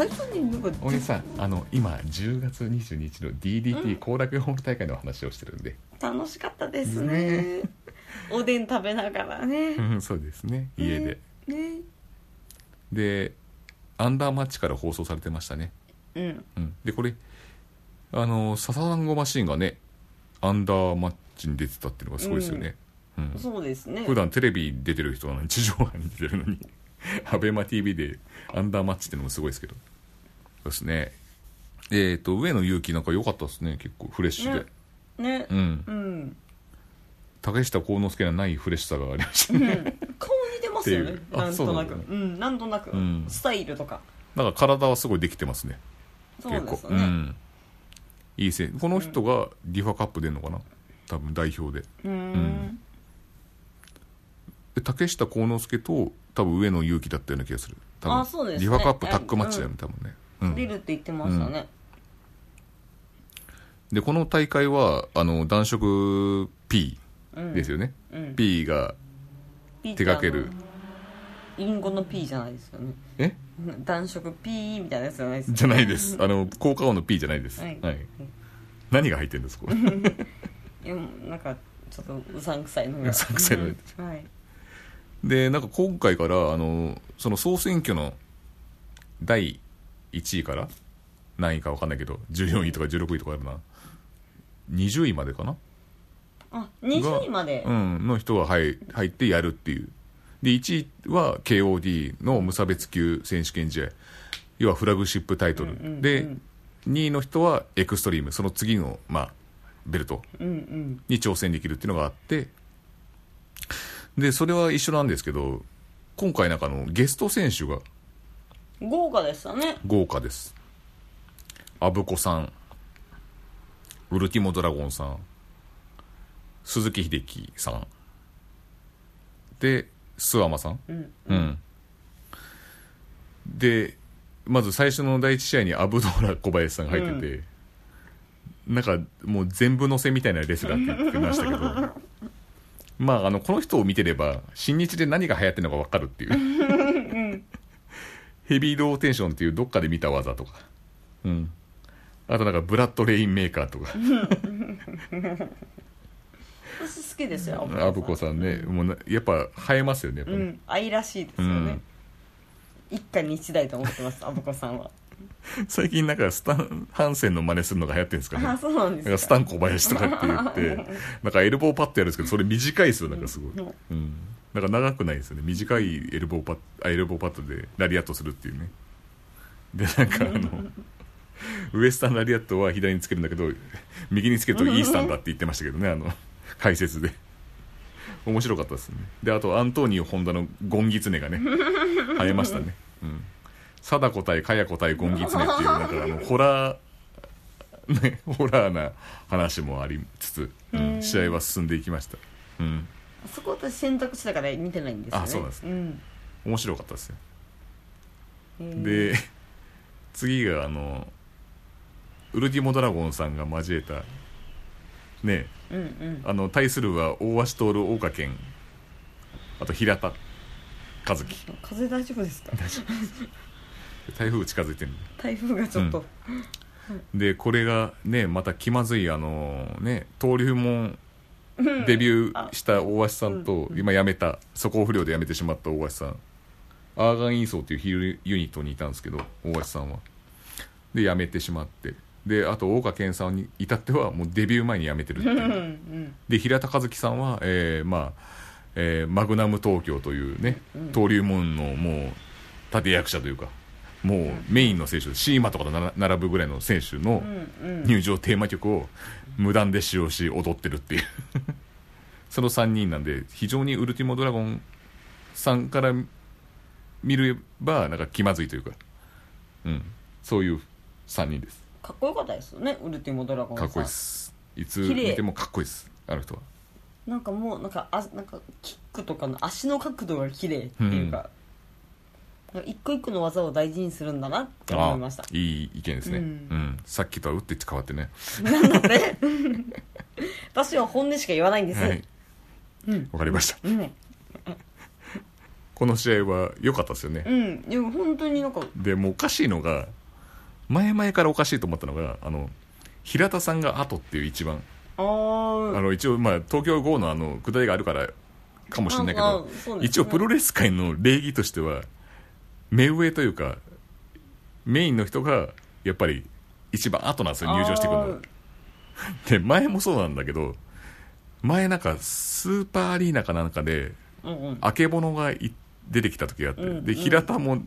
こ大西さんあの今10月22日の DDT 後楽園ホール大会の話をしてるんで、楽しかったですねおでん食べながらねうんそうですね家で、ねでアンダーマッチから放送されてましたね、うんうん、でこれあの笹団子マシンがねアンダーマッチに出てたっていうのがすごいですよね、うんそうですね普段テレビに出てる人なのに地上波に出てるのに アベマ t v でアンダーマッチってのもすごいですけどそうですねえっ、と上野勇気なんか良かったですね結構フレッシュで、ねねうんうん竹下幸之助にはないフレッシュさがありましたうね、ん顔似てますよっねていうあなんとなくそううなんだんなんとなくうんスタイルとかなんか体はすごいできてますねそうで結す構、うねんいいせいこの人がリファカップ出るのかな多分代表でううんんで竹下幸之助と多分上野勇気だったような気がする多分あそうですねリファカップタッグマッチだよね多分ね、うん出るって言ってましたねでこの大会はあの男色 P うんですよね、うん P がピー手掛けるインゴの P じゃないですよねえ 暖色 P みたいなやつじゃないですよねじゃないですあの効果音の P じゃないです、ははいい何が入ってるんですこれいやなんかちょっとうさんくさいのがうさんくさいのがうんはいでなんか今回からあのその総選挙の第1位から何位か分かんないけど14位とか16位とかあるな20位までかなあ20位までうん、の人が入入ってやるっていうで1位は KOD の無差別級選手権試合要はフラグシップタイトル、うんうんうんで2位の人はエクストリームその次の、まあ、ベルトうんうんに挑戦できるっていうのがあってでそれは一緒なんですけど今回なんかあのゲスト選手が豪華でしたね豪華ですアブコさんウルティモドラゴンさん鈴木秀樹さんで諏訪間さんうんうんでまず最初の第一試合にアブドーラ小林さんが入ってて、なんかもう全部乗せみたいなレスラーって言ってましたけどまああのこの人を見てれば新日で何が流行ってるのか分かるっていうヘビーローテンションっていうどっかで見た技とかうんあとなんかブラッドレインメーカーとか私好きですよアブコさんねもうなやっぱ映えますよねやっぱうねん愛らしいですよね一家に一台と思ってますアブコさん は最近なんかスタンハンセンの真似するのが流行ってるんですかねあそうなんでなんかすスかタン小林と かって言ってなんかエルボーパッドやるんですけどそれ短いですよなんかすごい、うんうん、なんか長くないですよね短いエルボーパッあエルボーパッドでラリアットするっていうねでなんか あのウエスタンラリアットは左につけるんだけど右につけるとイースタンだって言ってましたけどねあの解説で面白かったですねであとアントニオ・ホンダのゴンギツネ がね生えましたねうん貞子対茅子対ゴンギツネっていうなんかあのホラーね、ホラーな話もありつつ、うんうん試合は進んでいきました、うん、そこ私選択肢だから見てないんですよねあそうなんですん面白かったですよへーで次があのウルティモドラゴンさんが交えたねうんうんあの対するは大足徹大岡健あと平田和樹風大丈夫ですか台風近づいてるん台風がちょっとででこれがねまた気まずいあのね登竜門デビューした大橋さんと今辞めた素行不良で辞めてしまった大橋さんアーガンイーソーっていうヒールユニットにいたんですけど大橋さんはで辞めてしまってであと大岡健さんに至ってはもうデビュー前に辞めてるってうんういうんで平田和樹さんは、えーまあえーマグナム東京というね登竜門のもう立役者というかもうメインの選手シーマとかとなら並ぶぐらいの選手のうんうん入場テーマ曲を無断で使用し踊ってるっていう その3人なんで非常にウルティモドラゴンさんから見ればなんか気まずいというか、うん、そういう3人ですかっこよかったですよねウルティモドラゴンさかんっこいいですいつ綺麗見てもかっこいいですあの人はなんかもうなんかあなんかキックとかの足の角度が綺麗っていうか、なんか一個一個の技を大事にするんだなって思いましたあいい意見ですね、ううんんさっきとは打って変わってねなので 私は本音しか言わないんです、はいうんわかりましたうんこの試合は良かったですよねうんでも本当になんかでもうおかしいのが前々からおかしいと思ったのがあの平田さんが「後っていう一番ああーの一応まあ東京豪雨のあの下りがあるからかもしれないけああど、そうですね一応プロレス界の礼儀としては目上というかメインの人がやっぱり一番後なんですよ入場してくるので前もそうなんだけど前なんかスーパーアリーナかなんかであーうんうんあけぼのがい出てきた時があって、うんうでん平田も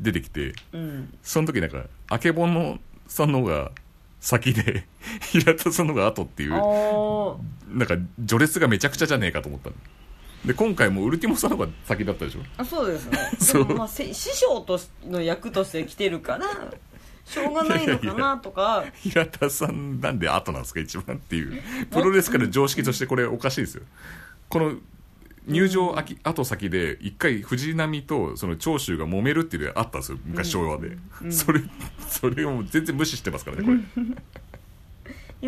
出てきてうんその時なんかあけぼのさんの方が先で 平田さんの方が後っていうあーなんか序列がめちゃくちゃじゃねえかと思ったので今回もウルティモさんの方が先だったでしょあそうです ねそうでもまあせ師匠としの役として来てるからしょうがないのかなとか平田さんなんで後なんですか一番っていうプロレス界の常識としてこれおかしいですよこの入場あき後先で一回藤波とその長州が揉めるっていうのがあったんですよ昔昭和で、それそれをもう全然無視してますからねこれ、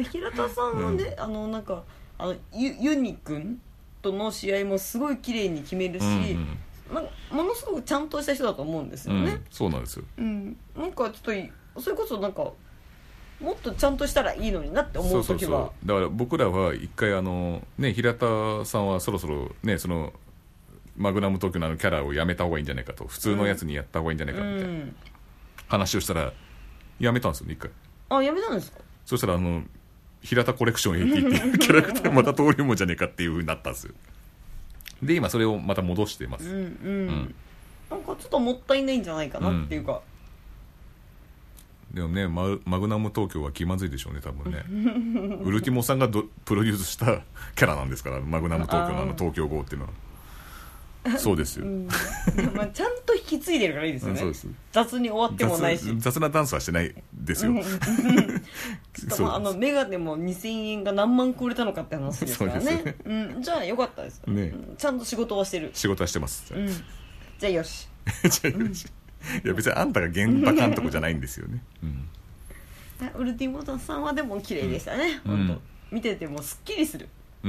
いや平田さんはね、あのなんかあのユユニ君との試合もすごい綺麗に決めるし、うんなんかものすごくちゃんとした人だと思うんですうよんうねん、、そうなんですようんなんかちょっといそれこそなんかもっとちゃんとしたらいいのになって思う時はだから僕らは一回あの、ね、平田さんはそろそろ、ね、そのマグナム東京のあのキャラをやめた方がいいんじゃないかと普通のやつにやった方がいいんじゃないうかみたいなん話をしたらやめたんですよね一回あやめたんですかそしたらあの平田コレクション AP っていうキャラクターまた登竜門じゃねえかっていうふうになったんですよで今それをまた戻してまうす、んううんん、なんかちょっともったいないんじゃないかなっていうか、でもねママグナム東京は気まずいでしょうね多分ね ウルティモさんがどプロデュースしたキャラなんですからマグナム東京のあの東京号っていうのはそうですよ、うんまあ、ちゃんと引き継いでるからいいですよねそうです雑に終わってもないし雑雑なダンスはしてないですようんしかもあそうのメガネも2000円が何万個売れたのかって話ですからそうですねうん、じゃあよかったです、ねうんちゃんと仕事はしてる、仕事はしてます、うん、じゃあよし 違う違ういや別にあんたが現場監督じゃないんですよね、うんあウルティモタさんはでも綺麗でしたね、うん本当見ててもすっきりする、ウ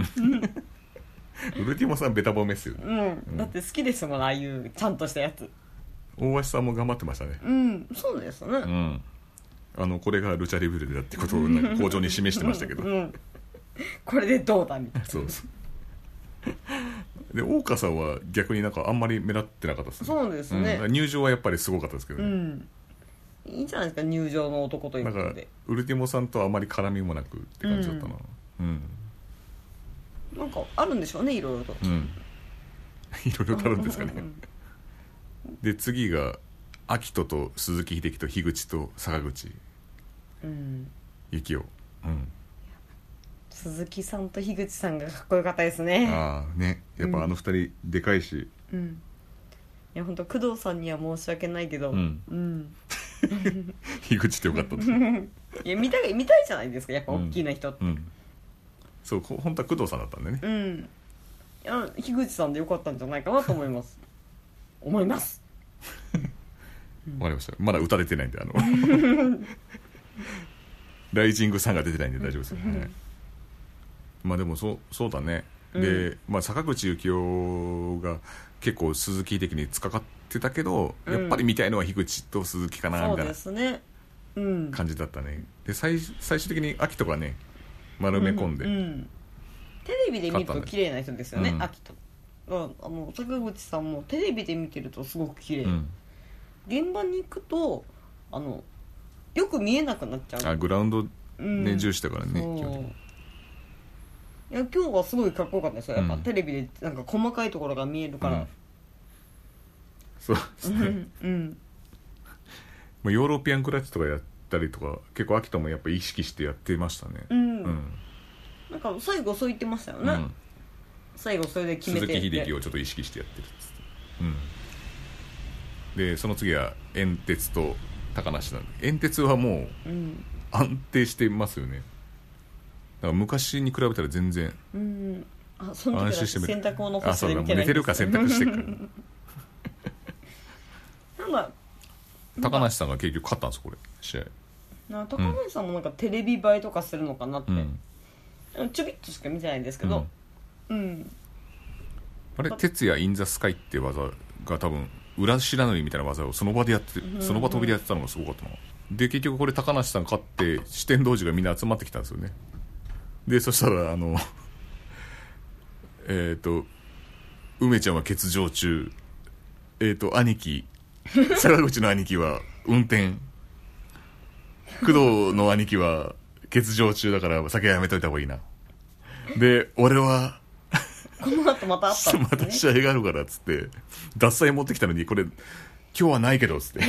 ルティモさんベタ褒めっすよねうんだって好きですもんああいうちゃんとしたやつ大橋さんも頑張ってましたねうんそうですね、うんあのこれがルチャリブルだってことをなんか口上に示してましたけどうん、これでどうだみたいなそうそうで大川さんは逆になんかあんまり目立ってなかったですねそうですねうん入場はやっぱりすごかったですけどうね、んいいんじゃないですか入場の男というなんことかでウルティモさんとあまり絡みもなくって感じだったなうん、なんかあるんでしょうねいろいろとうん、 いろいろとあるんですかねうんで次が秋人と鈴木秀樹と樋口と坂口うん幸雄うん鈴木さんと樋口さんがかっこよかったですねああねやっぱあの二人でかいし、うんいや本当工藤さんには申し訳ないけどうんうん樋口ってよかったね いや見たい見たいじゃないですかやっぱうん大きな人ってうんそうこ本当は工藤さんだったんだよねうんいや樋口さんでよかったんじゃないかなと思います 思いますわかりましたまだ打たれてないんであの ライジングさんが出てないんで大丈夫ですよね、まあでもそうそうだねで、まあ、坂口幸雄が結構鈴木的につかかってたけど、うんやっぱり見たいのは樋口と鈴木かなそみうたいなですねうん感じだったねで最最終的に秋とかね丸め込んで、ううんテレビで見ると綺麗な人ですよねうん秋とあの坂口さんもテレビで見てるとすごく綺麗、うん現場に行くとあのよく見えなくなっちゃうあグラウンドね、うん重視だからねそう基本的にいや今日はすごいかっこよかったですよやっぱうんテレビでなんか細かいところが見えるかうらんそうですうね、ん、うんまあヨーロピアンクラッチとかやったりとか結構秋ともやっぱ意識してやってましたねうんうんなんか最後そう言ってましたようね、ん最後それで決め鈴て木秀樹ををちょっと意識してやってるっつって、うん、でその次は煙鉄と高梨なんで煙鉄はもううん、安定してますよねだから昔に比べたら全然うん、あその安時だけ心して洗濯物あ干しそてうだ見もうてない寝てるか洗濯してるるから なんだ高梨さんが結局勝ったんですこれ試合な高梨さんもなんかテレビ映えとかするのかなって、ちょびっとしか見てないんですけどうん、あれ「徹夜インザスカイ」って技が多分裏白塗りみたいな技をその場でやってその場飛びでやってたのがすごかったなで結局これ高梨さん勝って四天王寺がみんな集まってきたんですよねでそしたらあの えっと梅ちゃんは欠場中えっ、と兄貴坂口の兄貴は運転工藤の兄貴は欠場中だから酒はやめといた方がいいなで俺はこの後またあ ったんまたですね試合があるからっつって獺祭持ってきたのにこれ今日はないけどっつって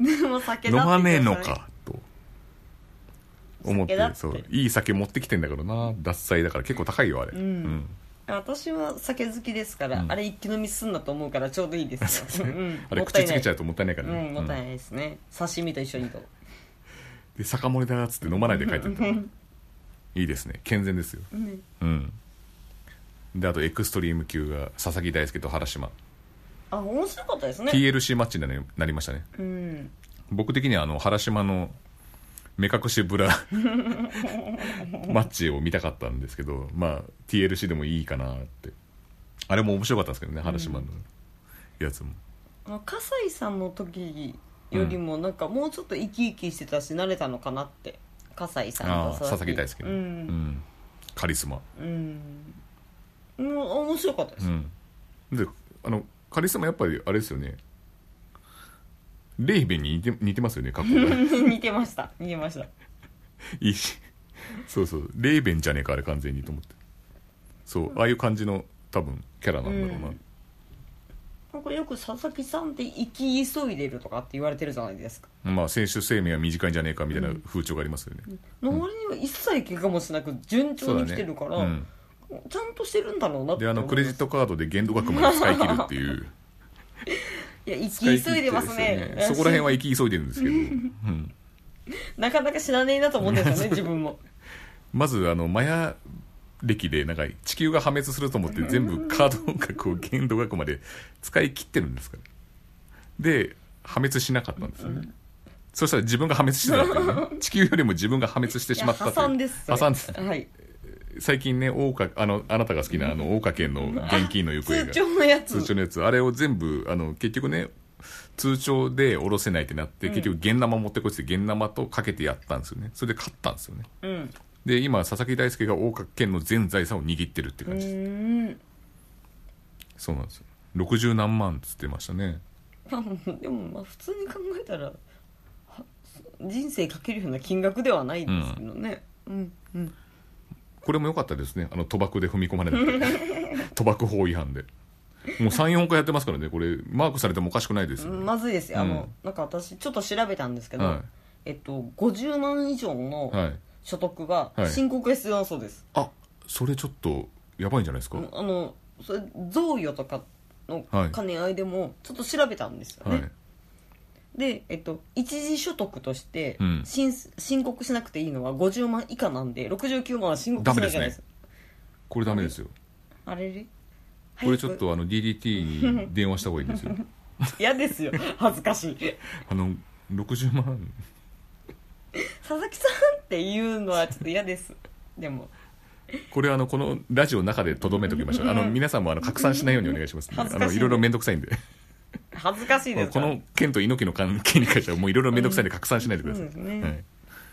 で も酒飲だってまねえの言ってましたねかと思って酒だってそういい酒持ってきてんだけどな獺祭だから結構高いよあれ、うん私は酒好きですから、うんあれ一気飲みすんだと思うからちょうどいいですよ、うん、 あれもった口いつないけちゃうともったいないからうね、んもったいうんないですね、刺身と一緒にとで酒盛りだっつって飲まないで帰ってっ たいいですね健全ですよんうんであとエクストリーム級が佐々木大輔と原島あ面白かったですね、 TLC マッチになりましたねうん僕的にはあの原島の目隠し ブラマッチを見たかったんですけどまあ TLC でもいいかなってあれも面白かったんですけどね原島のやつも、あの笠井さんの時よりもなんかもうちょっと生き生きしてたし慣れたのかなって笠井さあんあと佐々木大輔うねんんカリスマうん、うん、面白かったでうす、んであのカリスマやっぱりあれですよねレイベンに似て似てますよね格好 が似てました似てましたいいしそうそうレイベンじゃねえかあれ完全にと思ってそうああいう感じの多分キャラなんだろうな、うんなんかよく佐々木さんって生き急いでるとかって言われてるじゃないですかまあ、選手生命は短いんじゃねえかみたいな風潮がありますよね。の割には一切怪我もしなく順調に来てるから、うんちゃんとしてるんだろうなってで、あの、思いますクレジットカードで限度額まで使い切るっていう。いや生き 急いでますねそこら 辺は行き急いでるんですけど。うんなかなか知らねえなと思ってたね自分もまず、あの、マヤ歴で、なんか、地球が破滅すると思って全部カード額を限度額まで使い切ってるんですから。で、破滅しなかったんですよね。そしたら自分が破滅してたっていうね。地球よりも自分が破 滅してしまったいとや破いう。産ですそれ破産です。はい最近ね、大岡、あの、あなたが好きな、あの、大岡県の現金の行方通が。帳のやつ通帳のやつあれを全部あの結局ね通帳で下ろせないってなって結局現生持ってこいって現生とかけてやったんですよねそれで勝ったんですよねうんで今佐々木大輔が大岡県の全財産を握ってるってう感じです、ーんそうなんですよ60何万っつってましたねまあ でもまあ普通に考えたらは人生かけるような金額ではないですけどねうんうんこれも良かったですねあの賭博で踏み込まれなくて賭博法違反でもう34回やってますからねこれマークされてもおかしくないですよ、ねまずいですよあの、うんなんか私ちょっと調べたんですけど、はえっと50万以上のい、はい、所得がはい申告が必要だそうです、あそれちょっとやばいんじゃないですか、あのそれ贈与とかのはい兼ね合いでもちょっと調べたんですよね、はいで、えっと、一時所得としてうん申,、申告しなくていいのは50万以下なんで69万は申告しなきゃいけないですこれダメですよあれれこれちょっとあの DDT に電話した方がい いんですよ嫌ですよ恥ずかしいあの60万佐々木さんっていうのはちょっと嫌ですでもこれあのこのラジオの中でとどめときましょうあの皆さんもあの拡散しないようにお願いします、ね、恥ずあかしいのいろいろ面倒くさいんで恥ずかしいですこからの件と猪木の関係に関してはもういろいろ面倒くさいんで拡散しないでください、そうですねはい、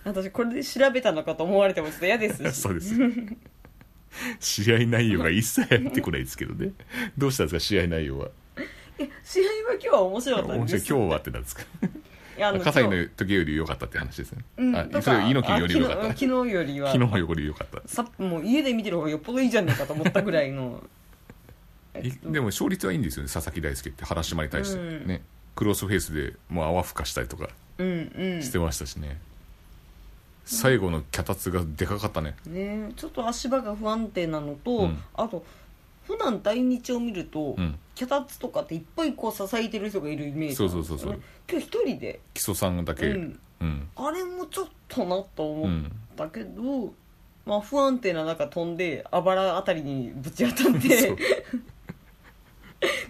私これで調べたのかと思われてもちょっと嫌ですし そうですよ試合内容が一切入ってこないですけどねどうしたんですか試合内容は試合は今日は面白かった面で白いす今日はってなんですかいやあの葛西今日の時より良かったって話ですね、うんあとかそれは猪木より良かあっ昨日昨日よりたは昨日より良かったさもう家で見てる方がよっぽどいいじゃねえかと思ったぐらいのいでも勝率はいいんですよね佐々木大輔って原島に対しうて、んねクロスフェイスでもう泡吹かしたりとかうんうんしてましたしね、最後の脚立がでかかったねねちょっと足場が不安定なのと、うんあと普段大日を見ると、うん脚立とかっていっぱいこう支えてる人がいるイメージそうそうそうそうなんですよね今日一人で木曽さんだけううんん、うんあれもちょっとなと思ったけど、まあ、不安定な中飛んであばらあたりにぶち当たってそう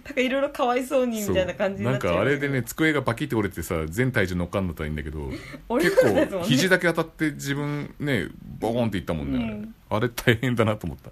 なんかいろいろかわいそうにみたいな感じになっちゃそううなんかあれでね机がバキって折れてさ全体重乗っかんだったらいいんだ けど俺結のやつも構ね肘だけ当たって自分ねボーンっていったもんね、うんあれ大変だなと思った、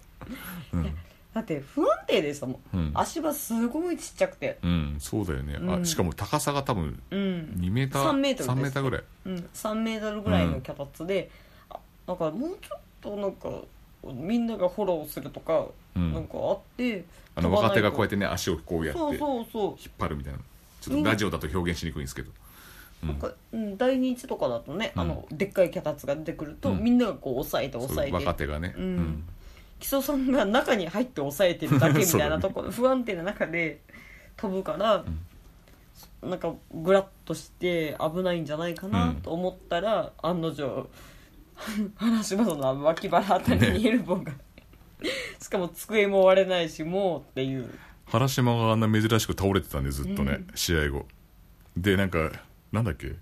うん、だって不安定でしたもん、うん足場すごいちっちゃくてうんそうだよね、うあんしかも高さが多分うん2メーター3メートルです3メーターぐらいうん、3メートルぐらいの脚立で、あだからもうちょっとなんかみんながフォローするとか、うんなんかあってあの若手がこうやってね足をこうやってそう引っそうそう、張るみたいなちょっとラジオだと表現しにくいんですけどうんなんかうん、第二一とかだとね、うんあのでっかい脚立が出てくると、うんみんながこう押さえてそ押うさえ若て手がね、うん木曽さんが中に入って押さえてるだけみたいなところ、不安定な中で飛ぶから、なんかぐらっとして危ないんじゃないかなと思ったら、案の定話場の脇腹あたりにエルボーが、しかも机も割れないしもうっていう原島があんな珍しく倒れてたんでずっとね、試合後でなんかなんだっけ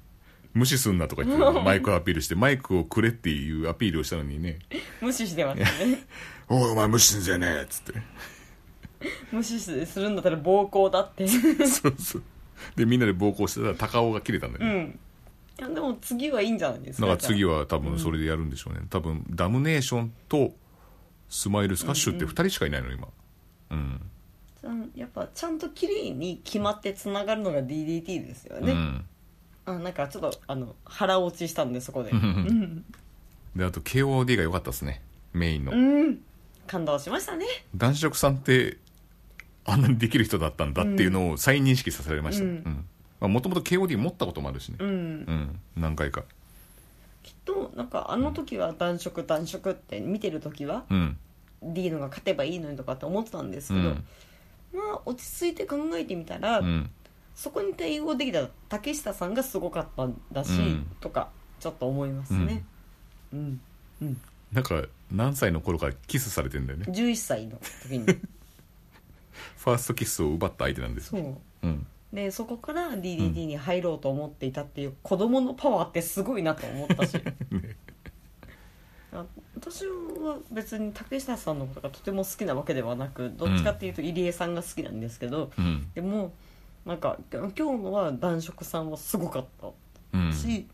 無視すんなとか 言ってマイクアピールしてマイクをくれっていうアピールをしたのにね無視してましたね「おいお前無視すんじゃねえ」っつ って無視するんだったら暴行だってそうそうでみんなで暴行してたら高尾が切れたんだようね、んいやでも次はいいんじゃないですかだから次はは多分それでやるんでしょうね、多分ダムネーションとスマイルスカッシュって2人しかいないの今うんやっぱちゃんと綺麗に決まってつながるのが DDT ですようね、んあなんかちょっとあの腹落ちしたんでそこでであと KOD が良かったですねメインの、うん感動しましたね男色さんってあんなにできる人だったんだっていうのを再認識させられましたうんもともと KOD 持ったこともあるしねう、んうん何回かきっとなんかあの時は男色男色って見てる時はうん、 D のが勝てばいいのにとかって思ってたんですうけど、んまあ落ち着いて考えてみたら、うん、そこに対応できた竹下さんがすごかったんだし、うんとかちょっと思いますねうん、うんなんか何歳の頃からキスされてんだよね11歳の時 にファーストキスを奪った相手なんですよそううんでそこから DDT に入ろうと思っていたっていう子供のパワーってすごいなと思った し、あ私は別に竹下さんのことがとても好きなわけではなくどっちかっていうと入江さんが好きなんですけど、うんでもなんか今日のは男色さんはすごかったうんし、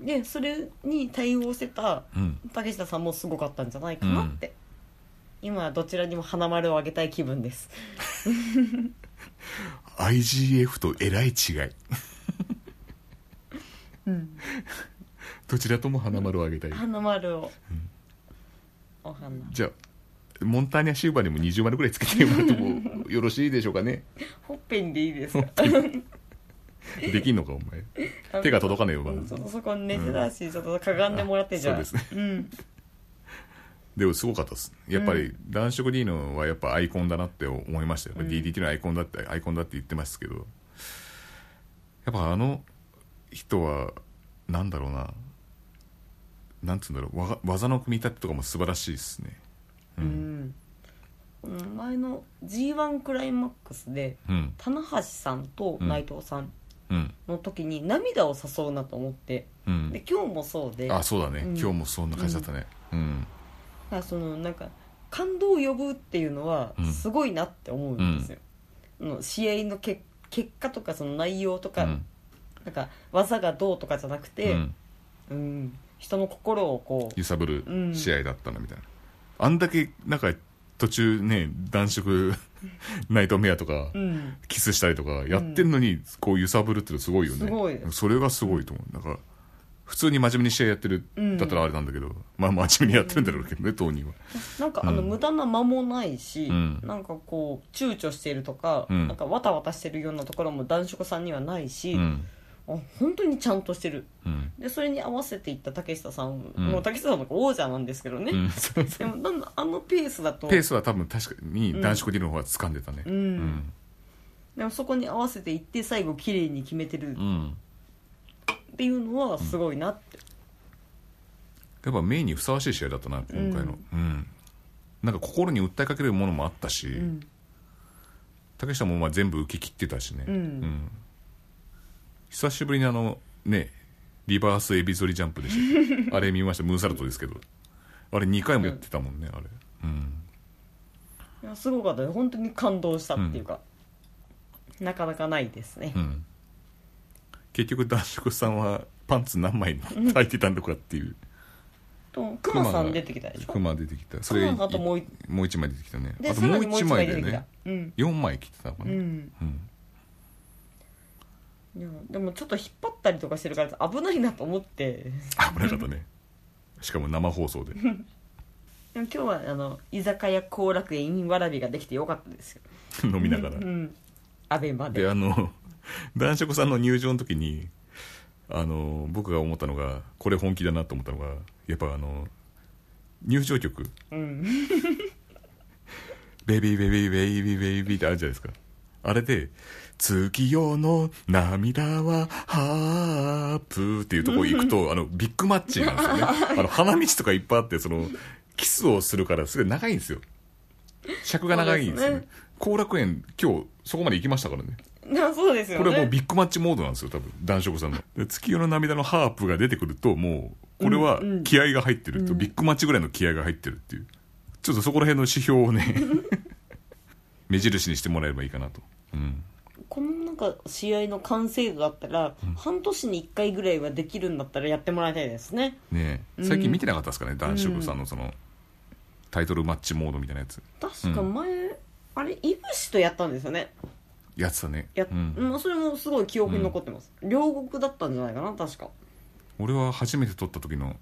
でそれに対応してたうん竹下さんもすごかったんじゃないかなって、今どちらにも花丸をあげたい気分です IGF とえらい違い、どちらとも花丸をあげたい、花丸を、お花じゃあモンターニャシューバーにも20丸ぐらいつけてもらってもよろしいでしょう かねほっぺんでいいですかできんのかお前手が届かねえよまだうんちょっとそこ寝てたし、ちょっとかがんでもらってじゃああそうですうんでもすごかったですやっぱり男色 D のはやっぱアイコンだなって思いましたよ、うん DDT のアイコンだってアイコンだって言ってますけどやっぱあの人はなんだろうななんつうんだろうわが技の組み立てとかも素晴らしいですねううんん、うん、前の g 1クライマックスでうん棚橋さんと内藤さんうんの時に涙を誘うなと思ってうんで今日もそうであそうだね、うん今日もそんな感じだったねうんあそのなんか感動を呼ぶっていうのはうんすごいなって思うんですよ、あの試合のけ結果とかその内容とうか、んなんか技がどうとかじゃなくうて、んうん人の心をこう揺さぶる試合だったなみたいな、あんだけなんか途中ね男 色ナイトメアとか、うんキスしたりとかやってんのにこう揺さぶるっていうのすごいよね、すごいそれがすごいと思うなんか普通に真面目に試合やってるうんだったらあれなんだけど、まあ真面目にやってるんだろうけどね当人はなんかあのうん無駄な間もないし、うんなんかこう躊躇しているとか、うんなんかわたわたしてるようなところも男色さんにはないし、うんあ本当にちゃんとしてるうんでそれに合わせていった竹下さん、うんもう竹下さんの方が王者なんですけどね、うん そうそでうもなんだあのペースだとペースは多分確かに男子コディの方が掴んでたねうんでもそこに合わせていって最後綺麗に決めてるうんうんっていうのはすごいなって、やっぱメインにふさわしい試合だったな今回のうん、なんか心に訴えかけるものもあったし、うん竹下もまあ全部受け切ってたしね、うん久しぶりにあのねリバースエビ反りジャンプでした あれ見ましたムーンサルトですけどあれ2回もやってたもんね、あれうんいやすごかったね本当に感動したっていうか、なかなかないですね、うん結局男色さんはパンツ何枚履いてたんだかっていうとクマさん出てきたでしょ熊出てきたそクれマがあともう一もう一枚出てきたねであとさらもうにもう一一枚枚で出てきねたうん4枚切ってたのかうな、うんんいやでもちょっと引っ張ったりとかしてるから危ないなと思って 危なかったねしかも生 放送で でも今日はあの居酒屋後楽園インわらびができてよかったですよ飲みながら、うんアベマでであの男色さんの入場の時にあの僕が思ったのがこれ本気だなと思ったのがやっぱあの入場曲うん「ベイビーベイビーベイビーベイビー」ってあるじゃないですかあれで「月夜の涙はハープ」っていうとこ行くとあのビッグマッチなんですよね あの花道とかいっぱいあってそのキスをするからすごい長いんですよ尺が長いんですよそうねです後楽園今日そこまで行きましたからねなそうですよこねれはもうビッグマッチモードなんですよ多分男色さんので月夜の涙のハープが出てくるともうこれはうんうん気合が入ってると、ビッグマッチぐらいの気合が入ってるっていうちょっとそこら辺の指標をね 目印にしてもらえればいいかなと、うん、このなんか試合の完成度だったら、半年に1回ぐらいはできるんだったらやってもらいたいですねねうえん最近見てなかったですかね男色さんのそのタイトルマッチモードみたいなやつ確か前、あれいぶしとやったんですよねやってたねや、ううんん、それもすごい記憶に残ってます、両国だったんじゃないかな確か俺は初めて撮った時の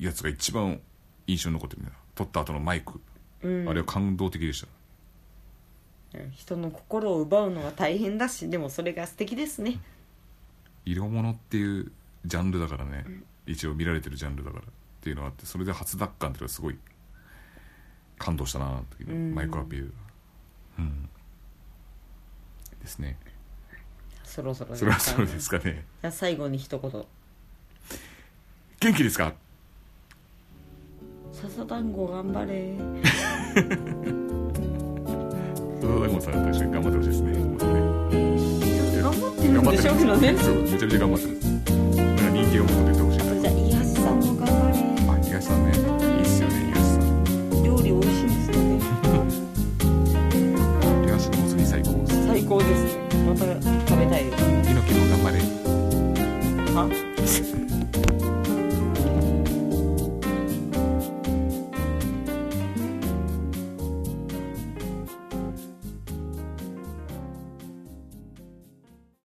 やつが一番印象に残ってるんだ撮った後のマイク、うんあれは感動的でした人の心を奪うのは大変だしでもそれが素敵ですね色物っていうジャンルだからね、一応見られてるジャンルだからっていうのがあってそれで初奪還っていうのはすごい感動したなっていう、うんマイクアピールがうんですねそろそろそれはそうですかねじゃあ最後に一言元気ですか笹団子頑張れ佐田さんと一緒に頑張ってほしいですね本当ね頑張ってるんでしょうけどねそうめちゃめちゃ頑張ってるなんか人気がもっと出てほしいじゃあ伊橋さんも頑張なあ東さんねいいっすよね東さんれ料理美味しいですよね東のもつ煮最高です最高ですねまた